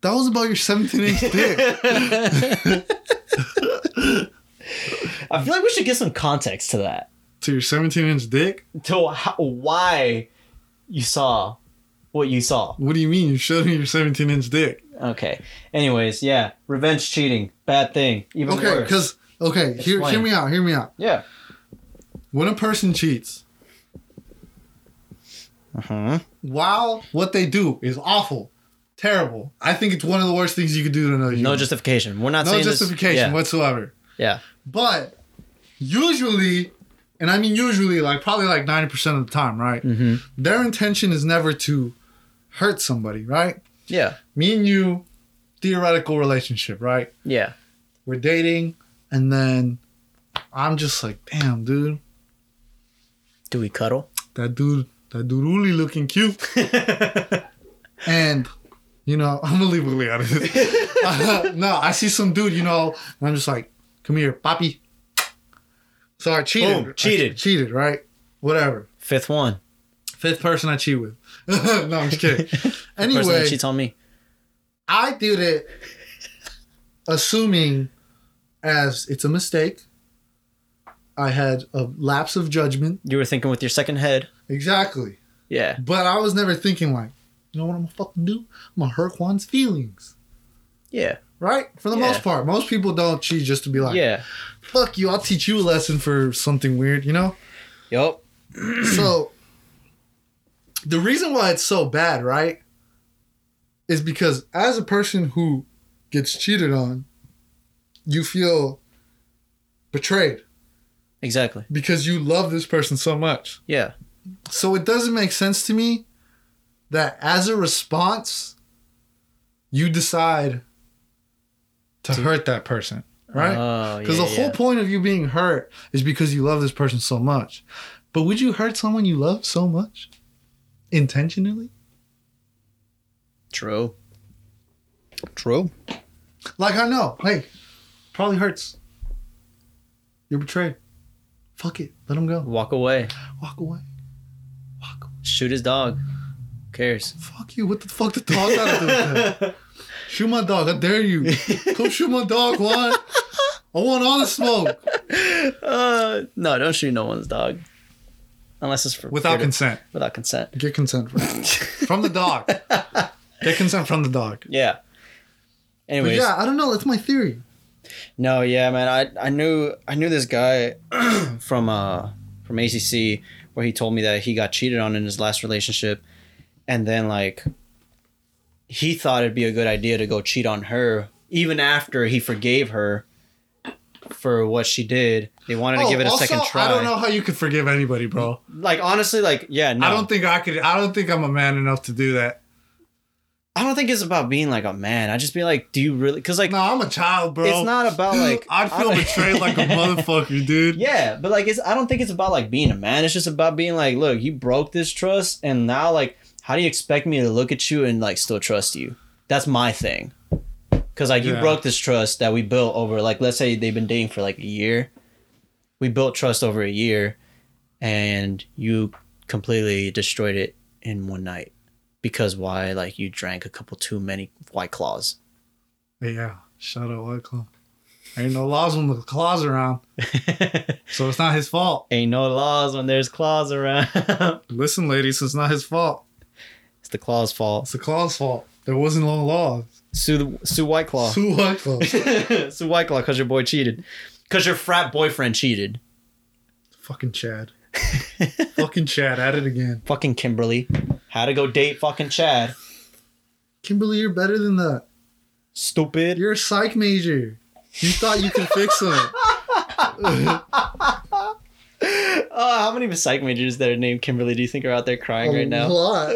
Speaker 2: That was about your 17 inch dick.
Speaker 1: I feel like we should give some context to that.
Speaker 2: to your 17 inch dick?
Speaker 1: To how, why you saw what you saw.
Speaker 2: What do you mean? You showed me your 17 inch dick.
Speaker 1: Okay. Anyways, yeah. Revenge cheating. Bad thing. Even
Speaker 2: Okay,
Speaker 1: worse.
Speaker 2: because okay, hear,
Speaker 1: Explain.
Speaker 2: hear me out, hear me out.
Speaker 1: Yeah.
Speaker 2: When a person cheats,
Speaker 1: Uh-huh.
Speaker 2: while what they do is awful, terrible, I think it's one of the worst things you could do to another human.
Speaker 1: No justification. We're not
Speaker 2: no
Speaker 1: saying
Speaker 2: justification
Speaker 1: This, yeah.
Speaker 2: whatsoever.
Speaker 1: yeah.
Speaker 2: But usually, and I mean usually, like probably like 90% of the time, right?
Speaker 1: Mhm.
Speaker 2: Their intention is never to hurt somebody, right?
Speaker 1: Yeah.
Speaker 2: Me and you, theoretical relationship, right?
Speaker 1: Yeah.
Speaker 2: We're dating, and then I'm just like, damn, dude,
Speaker 1: Do we cuddle?
Speaker 2: that dude, that dude really looking cute. and you know, I'm gonna leave Uli out of this. no, I see some dude, you know, and I'm just like, come here, papi. So I cheated.
Speaker 1: Boom,
Speaker 2: I
Speaker 1: cheated.
Speaker 2: cheated, right? Whatever.
Speaker 1: Fifth one.
Speaker 2: Fifth person I cheat with. no, I'm just kidding.
Speaker 1: Person that
Speaker 2: anyway,
Speaker 1: cheats on me.
Speaker 2: I did it assuming as it's a mistake. I had a lapse of judgment.
Speaker 1: You were thinking with your second head.
Speaker 2: Exactly.
Speaker 1: Yeah.
Speaker 2: But I was never thinking like, you know what I'm gonna fucking do? I'm gonna hurt Juan's feelings.
Speaker 1: Yeah.
Speaker 2: right? For the
Speaker 1: Yeah.
Speaker 2: most part, most people don't cheat just to be like,
Speaker 1: yeah.
Speaker 2: "Fuck you! I'll teach you a lesson for something weird," you know.
Speaker 1: Yup.
Speaker 2: so the reason why it's so bad, right, is because as a person who gets cheated on, you feel betrayed
Speaker 1: Exactly.
Speaker 2: because you love this person so much.
Speaker 1: Yeah.
Speaker 2: So it doesn't make sense to me that as a response, you decide to hurt that person, right?
Speaker 1: Oh, yeah.
Speaker 2: Because the whole
Speaker 1: yeah.
Speaker 2: point of you being hurt is because you love this person so much. But would you hurt someone you love so much intentionally?
Speaker 1: True. True.
Speaker 2: Like, I know, hey, probably hurts. You're betrayed. Fuck it. Let him go.
Speaker 1: Walk away.
Speaker 2: Walk away. Walk away.
Speaker 1: Shoot his dog. Who cares? Uh,
Speaker 2: Fuck you. What the fuck the dog got to do with that? Shoot my dog. How dare you? Come shoot my dog, Juan. I want all the smoke.
Speaker 1: uh, no, don't shoot no one's dog. Unless it's for
Speaker 2: Without
Speaker 1: consent.
Speaker 2: consent.
Speaker 1: without consent.
Speaker 2: Get consent from, from the dog. Get consent from the dog.
Speaker 1: Yeah.
Speaker 2: But
Speaker 1: Anyways,
Speaker 2: yeah, I don't know. That's my theory.
Speaker 1: no, yeah, man, I I knew I knew this guy from uh from ACC where he told me that he got cheated on in his last relationship, and then like he thought it'd be a good idea to go cheat on her even after he forgave her for what she did. They wanted to give it a second try.
Speaker 2: Oh, I don't know how you could forgive anybody, bro.
Speaker 1: Like honestly, like yeah, no,
Speaker 2: I don't think I could. I don't think I'm a man enough to do that.
Speaker 1: I don't think it's about being like a man. I just be like, do you really? Because like
Speaker 2: No, I'm a child, bro.
Speaker 1: it's not about like
Speaker 2: I'd feel
Speaker 1: I-
Speaker 2: betrayed like a motherfucker, dude.
Speaker 1: Yeah, but like it's I don't think it's about like being a man. It's just about being like, look, you broke this trust and now like how do you expect me to look at you and like still trust you? That's my thing. Cause like you
Speaker 2: Yeah.
Speaker 1: broke this trust that we built over like let's say they've been dating for like a year. We built trust over a year and you completely destroyed it in one night. Because why like you drank a couple too many white claws.
Speaker 2: Yeah. Shout out White Claw. Ain't no laws when the claws around, so it's not his fault.
Speaker 1: Ain't no laws when there's claws around. it's
Speaker 2: Listen, ladies, it's not his fault.
Speaker 1: the claw's fault.
Speaker 2: It's the claw's fault. There wasn't no laws.
Speaker 1: Sue the, sue White Claw.
Speaker 2: Sue White Claw.
Speaker 1: sue White Claw because your boy cheated. Because your frat boyfriend cheated.
Speaker 2: Fucking Chad. Fucking Chad at it again.
Speaker 1: Fucking Kimberly. How to go date fucking Chad.
Speaker 2: Kimberly, you're better than that.
Speaker 1: Stupid.
Speaker 2: You're a psych major. You thought you could fix them.
Speaker 1: Oh, how many psych majors that are named Kimberly do you think are out there crying right
Speaker 2: A
Speaker 1: now?
Speaker 2: lot.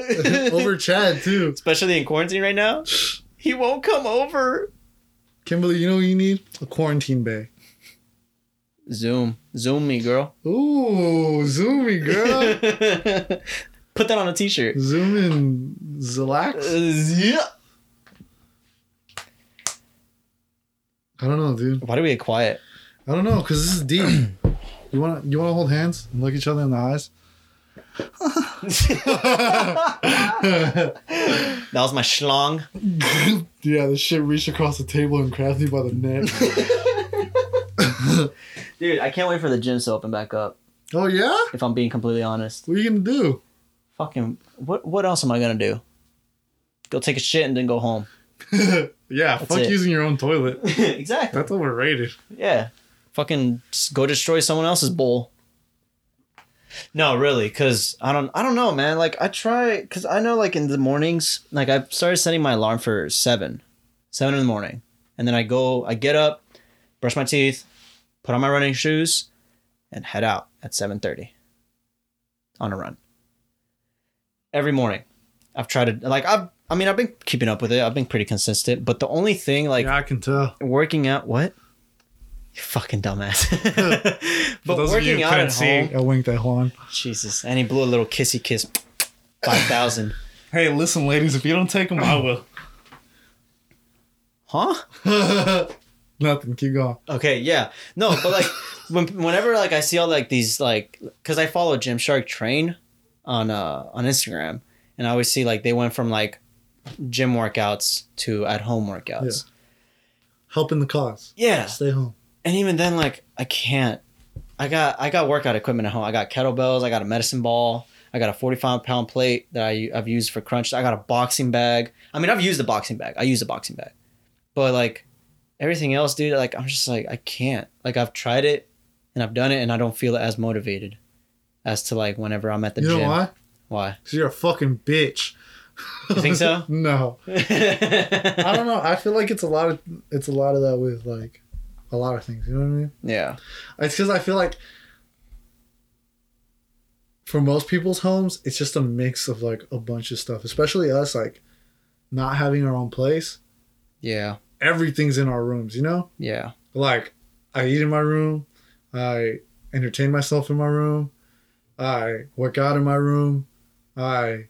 Speaker 2: Over Chad, too.
Speaker 1: Especially in quarantine right now? He won't come over.
Speaker 2: Kimberly, you know what you need? A quarantine bay.
Speaker 1: Zoom. Zoom me, girl.
Speaker 2: Ooh, zoomy, girl.
Speaker 1: Put that on a t shirt.
Speaker 2: Zoom in, Zilax.
Speaker 1: yeah.
Speaker 2: I don't know, dude.
Speaker 1: Why do we get quiet?
Speaker 2: I don't know, cause this is deep. You wanna you wanna hold hands and look each other in the eyes?
Speaker 1: That was my schlong.
Speaker 2: yeah, this shit reached across the table and grabbed me by the neck.
Speaker 1: Dude, I can't wait for the gyms to open back up,
Speaker 2: oh yeah?
Speaker 1: if I'm being completely honest.
Speaker 2: What are you gonna do?
Speaker 1: fucking what what else am I gonna do? Go take a shit and then go home.
Speaker 2: yeah, fuck
Speaker 1: it.
Speaker 2: using your own toilet.
Speaker 1: exactly.
Speaker 2: That's overrated.
Speaker 1: Yeah. Fucking s- go destroy someone else's bowl. No, really, cause I don't I don't know, man. Like I try cause I know like in the mornings, like I started setting my alarm for seven. Seven in the morning. And then I go I get up, brush my teeth, put on my running shoes, and head out at seven thirty. On a run. Every morning. I've tried to like I've I mean I've been keeping up with it. I've been pretty consistent. But the only thing like
Speaker 2: yeah, I can tell.
Speaker 1: working out what you fucking dumbass but working out at home
Speaker 2: I winked at Juan.
Speaker 1: jesus and he blew a little kissy kiss 5000
Speaker 2: Hey, listen, ladies, if you don't take them, I will.
Speaker 1: huh
Speaker 2: Nothing. Keep going.
Speaker 1: okay yeah no but like when, whenever like i see all like these like because i follow gymshark train on uh on instagram and i always see like they went from like gym workouts to at home workouts
Speaker 2: Helping the cause.
Speaker 1: yeah
Speaker 2: Stay home.
Speaker 1: and even then like i can't i got i got workout equipment at home i got kettlebells i got a medicine ball i got a 45 pound plate that I, i've used for crunch i got a boxing bag i mean i've used a boxing bag i use a boxing bag but like everything else, dude, like I'm just like I can't. Like I've tried it and I've done it and I don't feel as motivated as to like whenever I'm at the
Speaker 2: you know
Speaker 1: gym.
Speaker 2: why?
Speaker 1: Why?
Speaker 2: Because you're a fucking bitch.
Speaker 1: You think so?
Speaker 2: no, I don't know. I feel like it's a lot of it's a lot of that with like a lot of things. You know what I mean?
Speaker 1: yeah.
Speaker 2: It's because I feel like for most people's homes, it's just a mix of like a bunch of stuff, especially us, like not having our own place.
Speaker 1: Yeah.
Speaker 2: Everything's in our rooms, you know?
Speaker 1: Yeah.
Speaker 2: Like, I eat in my room, I entertain myself in my room, I work out in my room, I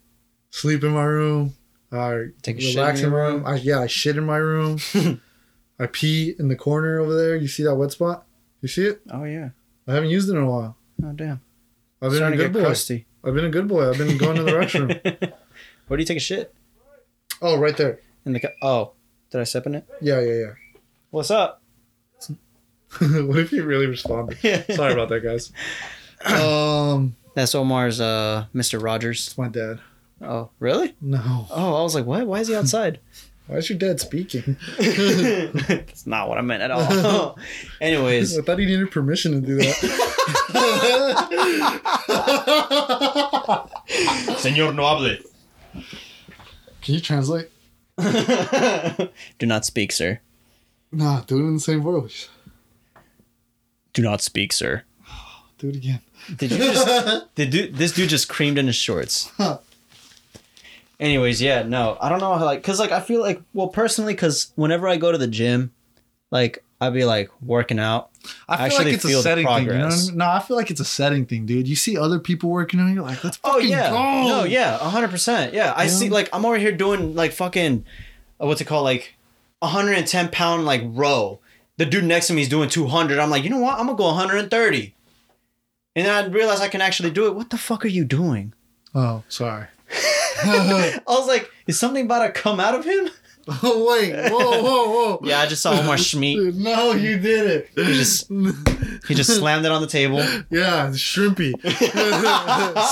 Speaker 2: sleep in my room, I
Speaker 1: Take a shit in
Speaker 2: relax
Speaker 1: your
Speaker 2: in my room.
Speaker 1: room.
Speaker 2: I, yeah, I shit in my room. I pee in the corner over there. You see that wet spot? You see it?
Speaker 1: Oh yeah.
Speaker 2: I haven't used it in a while.
Speaker 1: Oh damn.
Speaker 2: I've been a
Speaker 1: Starting to
Speaker 2: good
Speaker 1: get
Speaker 2: boy.
Speaker 1: crusty.
Speaker 2: I've been a good boy. I've been going to the restroom.
Speaker 1: Where do you take a shit?
Speaker 2: Oh, right there.
Speaker 1: In the co- oh, did I step in it?
Speaker 2: Yeah, yeah,
Speaker 1: What's up?
Speaker 2: yeah. what if he really responded? Sorry about that, guys. Um,
Speaker 1: That's Omar's uh Mr. Rogers.
Speaker 2: it's my dad.
Speaker 1: Oh, really?
Speaker 2: No,
Speaker 1: Oh, I was like, what? Why is he outside?
Speaker 2: why is your dad speaking?
Speaker 1: That's not what I meant at all. Anyways,
Speaker 2: I thought he needed permission to do that.
Speaker 1: Señor Noble.
Speaker 2: Can you translate?
Speaker 1: Do not speak, sir.
Speaker 2: Nah, do it in the same voice.
Speaker 1: Do not speak, sir.
Speaker 2: Do it again.
Speaker 1: Did you just did dude, this dude just creamed in his shorts? Anyways, yeah, no, I don't know how like cuz like I feel like well personally cuz whenever I go to the gym, like I'd be like working out.
Speaker 2: I feel
Speaker 1: Actually
Speaker 2: like it's
Speaker 1: feel the
Speaker 2: a setting thing. You know what I
Speaker 1: progress.
Speaker 2: mean? No, I feel like it's a setting thing, dude. You see other people working on you, like let's
Speaker 1: Oh
Speaker 2: fucking
Speaker 1: yeah.
Speaker 2: go.
Speaker 1: No, yeah, 100%. Yeah, I
Speaker 2: Yeah.
Speaker 1: see like I'm over here doing like fucking uh, what's it called like 110 pound like row. The dude next to me is doing 200. I'm like, "You know what? I'm going to go 130." And then I realize I can actually do it. What the fuck are you doing?
Speaker 2: Oh, sorry.
Speaker 1: I was like, is something about to come out of him?
Speaker 2: Oh wait! Whoa! Whoa! Whoa!
Speaker 1: Yeah, I just saw Omar Schmeat.
Speaker 2: Dude, no, you did it.
Speaker 1: just- He just slammed it on the table.
Speaker 2: yeah, shrimpy,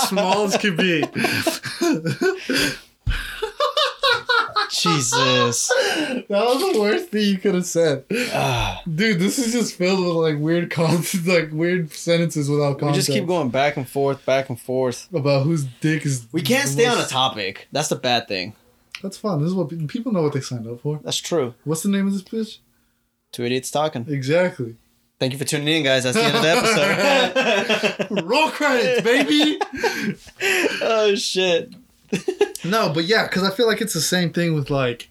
Speaker 2: small as could be.
Speaker 1: Jesus.
Speaker 2: That was the worst thing you could have said,
Speaker 1: Ah,
Speaker 2: dude. This is just filled with like weird concepts, like weird sentences without
Speaker 1: we
Speaker 2: context.
Speaker 1: just keep going back and forth, back and forth.
Speaker 2: about whose dick is.
Speaker 1: We can't
Speaker 2: the
Speaker 1: stay on a
Speaker 2: most-
Speaker 1: topic. That's the bad thing.
Speaker 2: That's fun. This is what pe- people know what they signed up for.
Speaker 1: That's true.
Speaker 2: What's the name of this bitch?
Speaker 1: Two idiots talking.
Speaker 2: Exactly.
Speaker 1: Thank you for tuning in, guys. That's the end of the episode.
Speaker 2: Roll credits, baby.
Speaker 1: oh shit.
Speaker 2: No, but yeah, because I feel like it's the same thing with like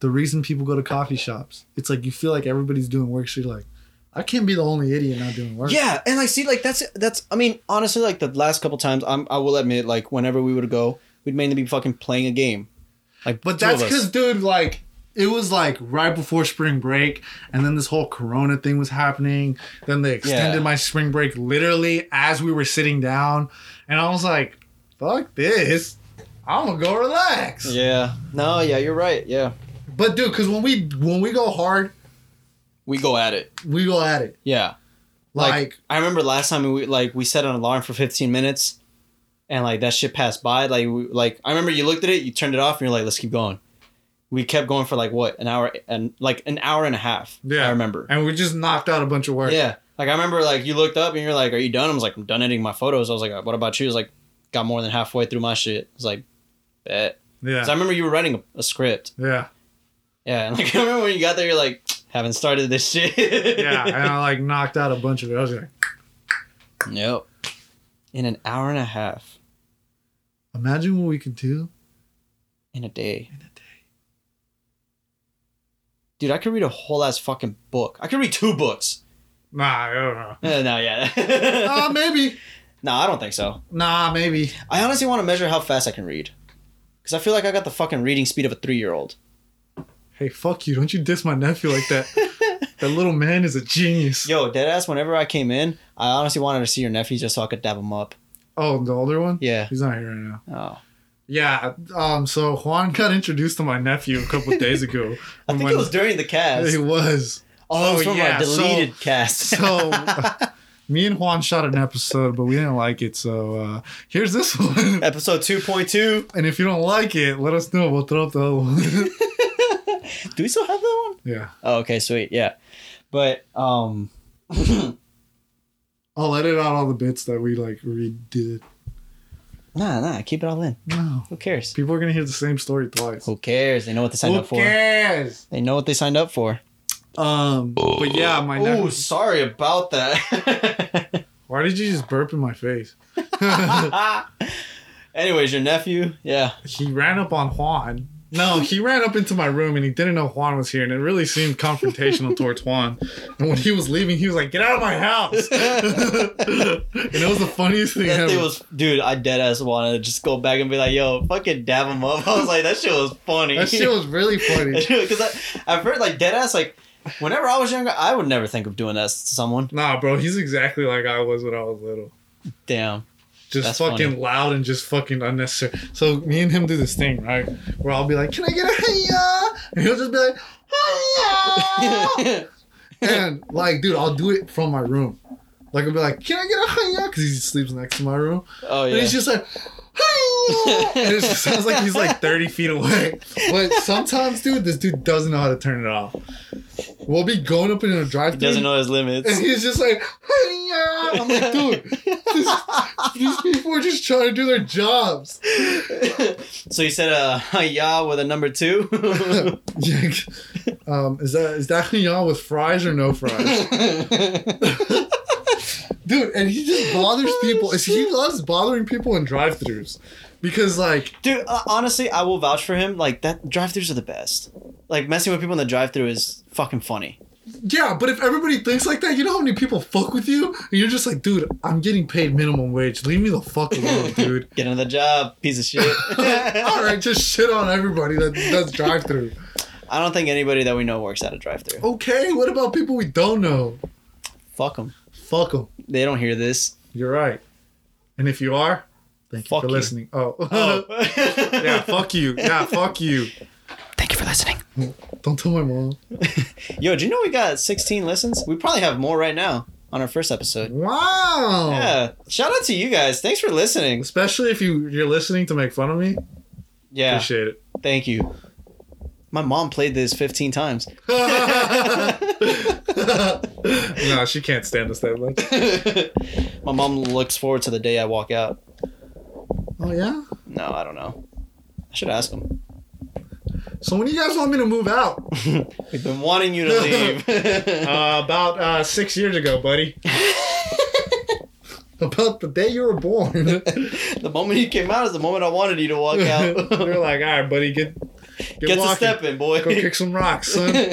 Speaker 2: the reason people go to coffee shops. It's like you feel like everybody's doing work, so you're like, I can't be the only idiot not doing work.
Speaker 1: Yeah, and like see, like that's that's. I mean, honestly, like the last couple times, I'm, I will admit, like whenever we would go, we'd mainly be fucking playing a game. Like,
Speaker 2: But
Speaker 1: two of
Speaker 2: that's
Speaker 1: us.
Speaker 2: because, dude, like, it was like right before spring break, and then this whole corona thing was happening. Then they extended
Speaker 1: Yeah.
Speaker 2: my spring break literally as we were sitting down, and I was like, fuck this. I'm gonna go relax.
Speaker 1: Yeah. No. Yeah, you're right. Yeah.
Speaker 2: But dude, cause when we when we go hard,
Speaker 1: We go at it.
Speaker 2: we go at it.
Speaker 1: Yeah.
Speaker 2: Like,
Speaker 1: I remember last time we like we set an alarm for 15 minutes and like that shit passed by like we, like I remember you looked at it, you turned it off and you're like let's keep going. We kept going for like what? An hour and like an hour and a half.
Speaker 2: Yeah.
Speaker 1: I remember.
Speaker 2: and we just knocked out a bunch of work.
Speaker 1: Yeah. Like I remember like you looked up and you're like are you done? I was like I'm done editing my photos. I was like what about you? I was like got more than halfway through my shit. I was like bet. 'Cause I
Speaker 2: Yeah.
Speaker 1: remember you were writing a, a script.
Speaker 2: Yeah.
Speaker 1: Yeah. And like I remember when you got there you're like haven't started this shit.
Speaker 2: yeah, and I like knocked out a bunch of it. I was like,
Speaker 1: Yep. In an hour and a half.
Speaker 2: imagine what we could do.
Speaker 1: In a day. In a day. Dude, I could read a whole ass fucking book. I could read two books.
Speaker 2: Nah, I don't know.
Speaker 1: Eh, no, yeah. Um,
Speaker 2: Ah, maybe.
Speaker 1: no, I don't think so.
Speaker 2: Nah, maybe.
Speaker 1: I honestly want to measure how fast I can read. Because I feel like I got the fucking reading speed of a three year old.
Speaker 2: Hey, fuck you! Don't you diss my nephew like that. that little man is a genius.
Speaker 1: Yo, deadass, whenever I came in, I honestly wanted to see your nephew just so I could dab him up.
Speaker 2: Oh, the older one.
Speaker 1: Yeah.
Speaker 2: He's not here right now.
Speaker 1: Oh.
Speaker 2: Yeah. Um. So Juan got introduced to my nephew a couple days ago.
Speaker 1: I think it was during the cast.
Speaker 2: He was.
Speaker 1: Oh, it was
Speaker 2: oh,
Speaker 1: from
Speaker 2: yeah,
Speaker 1: our
Speaker 2: so-
Speaker 1: deleted cast.
Speaker 2: So uh, me and Juan shot an episode, but we didn't like it. So uh, here's this one.
Speaker 1: Episode 2.2.
Speaker 2: And if you don't like it, let us know. We'll throw up the other one.
Speaker 1: Do we still have that one?
Speaker 2: Yeah.
Speaker 1: Oh, okay, sweet. Yeah. But um
Speaker 2: I'll edit out all the bits that we like redid.
Speaker 1: nah, nah, keep it all in.
Speaker 2: No.
Speaker 1: Who cares?
Speaker 2: People are gonna hear the same story twice.
Speaker 1: Who cares? They know what they signed up
Speaker 2: Who
Speaker 1: for.
Speaker 2: cares?
Speaker 1: They know what they signed up for.
Speaker 2: Um but yeah, my
Speaker 1: Oh,
Speaker 2: nephew
Speaker 1: sorry about that.
Speaker 2: Why did you just burp in my face?
Speaker 1: Anyways, your nephew, yeah.
Speaker 2: he ran up on Juan. No, he ran up into my room and he didn't know Juan was here, and it really seemed confrontational towards Juan. And when he was leaving, he was like, "Get out of my house!" and it was the funniest thing
Speaker 1: That
Speaker 2: ever.
Speaker 1: thing was, dude. I dead ass wanted to just go back and be like, "Yo, fucking dab him up." I was like, "That shit was funny."
Speaker 2: that shit was really funny.
Speaker 1: because I've heard like dead ass like. Whenever I was younger, I would never think of doing that to someone.
Speaker 2: Nah, bro, he's exactly like I was when I was little.
Speaker 1: Damn.
Speaker 2: just
Speaker 1: That's
Speaker 2: fucking
Speaker 1: funny.
Speaker 2: loud and just fucking unnecessary. So me and him do this thing, right? Where I'll be like, "Can I get a hiya?" And he'll just be like,
Speaker 1: Oh,
Speaker 2: "Hiya!" and like, dude, I'll do it from my room. Like I'll be like, "Can I get a hiya?" Because he sleeps next to my room,
Speaker 1: oh
Speaker 2: and
Speaker 1: yeah.
Speaker 2: he's just like. "Hiya!" and it just sounds like he's like 30 feet away. But sometimes, dude, this dude doesn't know how to turn it off. We'll be going up in a drive
Speaker 1: He
Speaker 2: through
Speaker 1: doesn't know his limits.
Speaker 2: and he's just like, "Hiya!" I'm like, dude, this, these people are just trying to do their jobs.
Speaker 1: so he said, "Uh, yeah," with a number two.
Speaker 2: Yeah. um, is that is that hiya with fries or no fries, dude? And he just bothers people. Is he loves bothering people in drive-throughs because like
Speaker 1: Dude, uh, honestly, I will vouch for him. Like that, drive-throughs are the best. Like messing with people in the drive-through is fucking funny.
Speaker 2: yeah, but if everybody thinks like that, you know how many people fuck with you, and you're just like, dude, I'm getting paid minimum wage. Leave me the fuck alone, dude.
Speaker 1: Get another job, piece of shit.
Speaker 2: All right, just shit on everybody that does drive-through.
Speaker 1: I don't think anybody that we know works at a drive-through.
Speaker 2: Okay, what about people we don't know?
Speaker 1: Fuck them.
Speaker 2: Fuck them.
Speaker 1: They don't hear this.
Speaker 2: You're right. And if you are, thank
Speaker 1: Fuck
Speaker 2: you for
Speaker 1: you.
Speaker 2: listening. Oh.
Speaker 1: Oh.
Speaker 2: yeah, fuck you. Yeah, fuck you.
Speaker 1: Thank you for listening.
Speaker 2: Don't tell my mom.
Speaker 1: Yo, do you know we got 16 listens? We probably have more right now on our first episode.
Speaker 2: Wow.
Speaker 1: Yeah. Shout out to you guys. Thanks for listening.
Speaker 2: Especially if you you're listening to make fun of me.
Speaker 1: Yeah.
Speaker 2: Appreciate it.
Speaker 1: Thank you. My mom played this 15 times.
Speaker 2: no, she can't stand us that much.
Speaker 1: My mom looks forward to the day I walk out.
Speaker 2: Oh yeah.
Speaker 1: No, I don't know. I should ask him.
Speaker 2: So when do you guys want me to move out?
Speaker 1: We've been wanting you to leave.
Speaker 2: Uh, about uh, six years ago, buddy. about the day you were born.
Speaker 1: the moment you came out is the moment I wanted you to walk
Speaker 2: They're
Speaker 1: out.
Speaker 2: like, all right, buddy, get get,
Speaker 1: Get to
Speaker 2: walking.
Speaker 1: step in, boy.
Speaker 2: Go kick some rocks, son.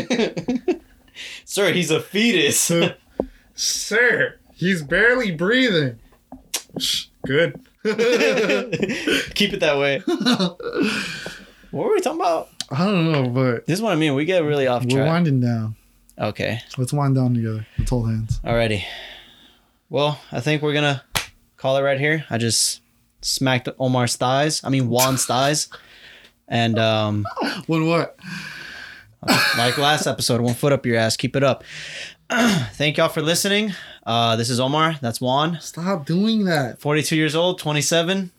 Speaker 1: Sir, he's a fetus.
Speaker 2: Sir, he's barely breathing. Shh, Good.
Speaker 1: Keep it that way. What were we talking about?
Speaker 2: I don't know, but
Speaker 1: This is what I mean. We get really off
Speaker 2: we're
Speaker 1: track.
Speaker 2: winding down.
Speaker 1: Okay.
Speaker 2: Let's wind down together. Let's hold hands.
Speaker 1: Alrighty. Well, I think we're gonna call it right here. I just smacked Omar's thighs. I mean Juan's thighs. And um
Speaker 2: When what?
Speaker 1: like last episode, one foot up your ass. Keep it up. Thank y'all for listening. Uh, this is Omar. That's Juan.
Speaker 2: Stop doing that.
Speaker 1: 42 years old, 27.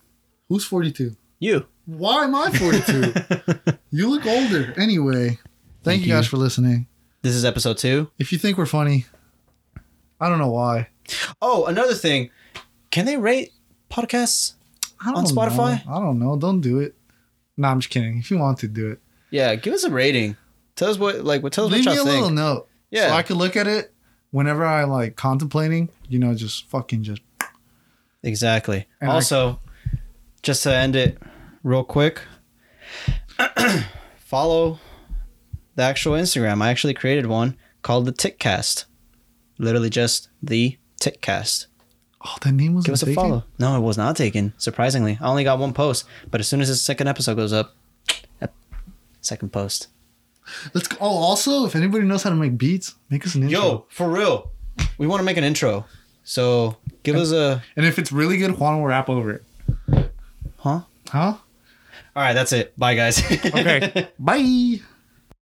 Speaker 2: Who's 42?
Speaker 1: You.
Speaker 2: Why am I 42? you look older. Anyway, thank, you guys for listening.
Speaker 1: This is episode two.
Speaker 2: If you think we're funny, I don't know why.
Speaker 1: Oh, another thing. Can they rate podcasts?
Speaker 2: I don't
Speaker 1: On
Speaker 2: know.
Speaker 1: Spotify?
Speaker 2: I don't know. Don't do it. No, I'm just kidding. If you want to do it,
Speaker 1: Yeah, give us a rating. Tell us what like what tell us
Speaker 2: leave me
Speaker 1: what
Speaker 2: a
Speaker 1: y'all think.
Speaker 2: little note.
Speaker 1: yeah.
Speaker 2: So I could look at it whenever I like contemplating, you know, just fucking just
Speaker 1: Exactly.
Speaker 2: And I-
Speaker 1: also, just to end it real quick, follow the actual Instagram. I actually created one called the Tickcast. Literally just the Tickcast.
Speaker 2: Oh, that name was
Speaker 1: Give us a follow. No, it was not taken. Surprisingly, I only got one post. But as soon as the second episode goes up, ep- second post.
Speaker 2: Let's go. Oh, also, if anybody knows how to make beats, make us an intro.
Speaker 1: Yo, for real, we want to make an intro. So give us a.
Speaker 2: And if it's really good, Juan will rap over it.
Speaker 1: Huh?
Speaker 2: Huh?
Speaker 1: All right, that's it. Bye, guys.
Speaker 2: Okay. Bye.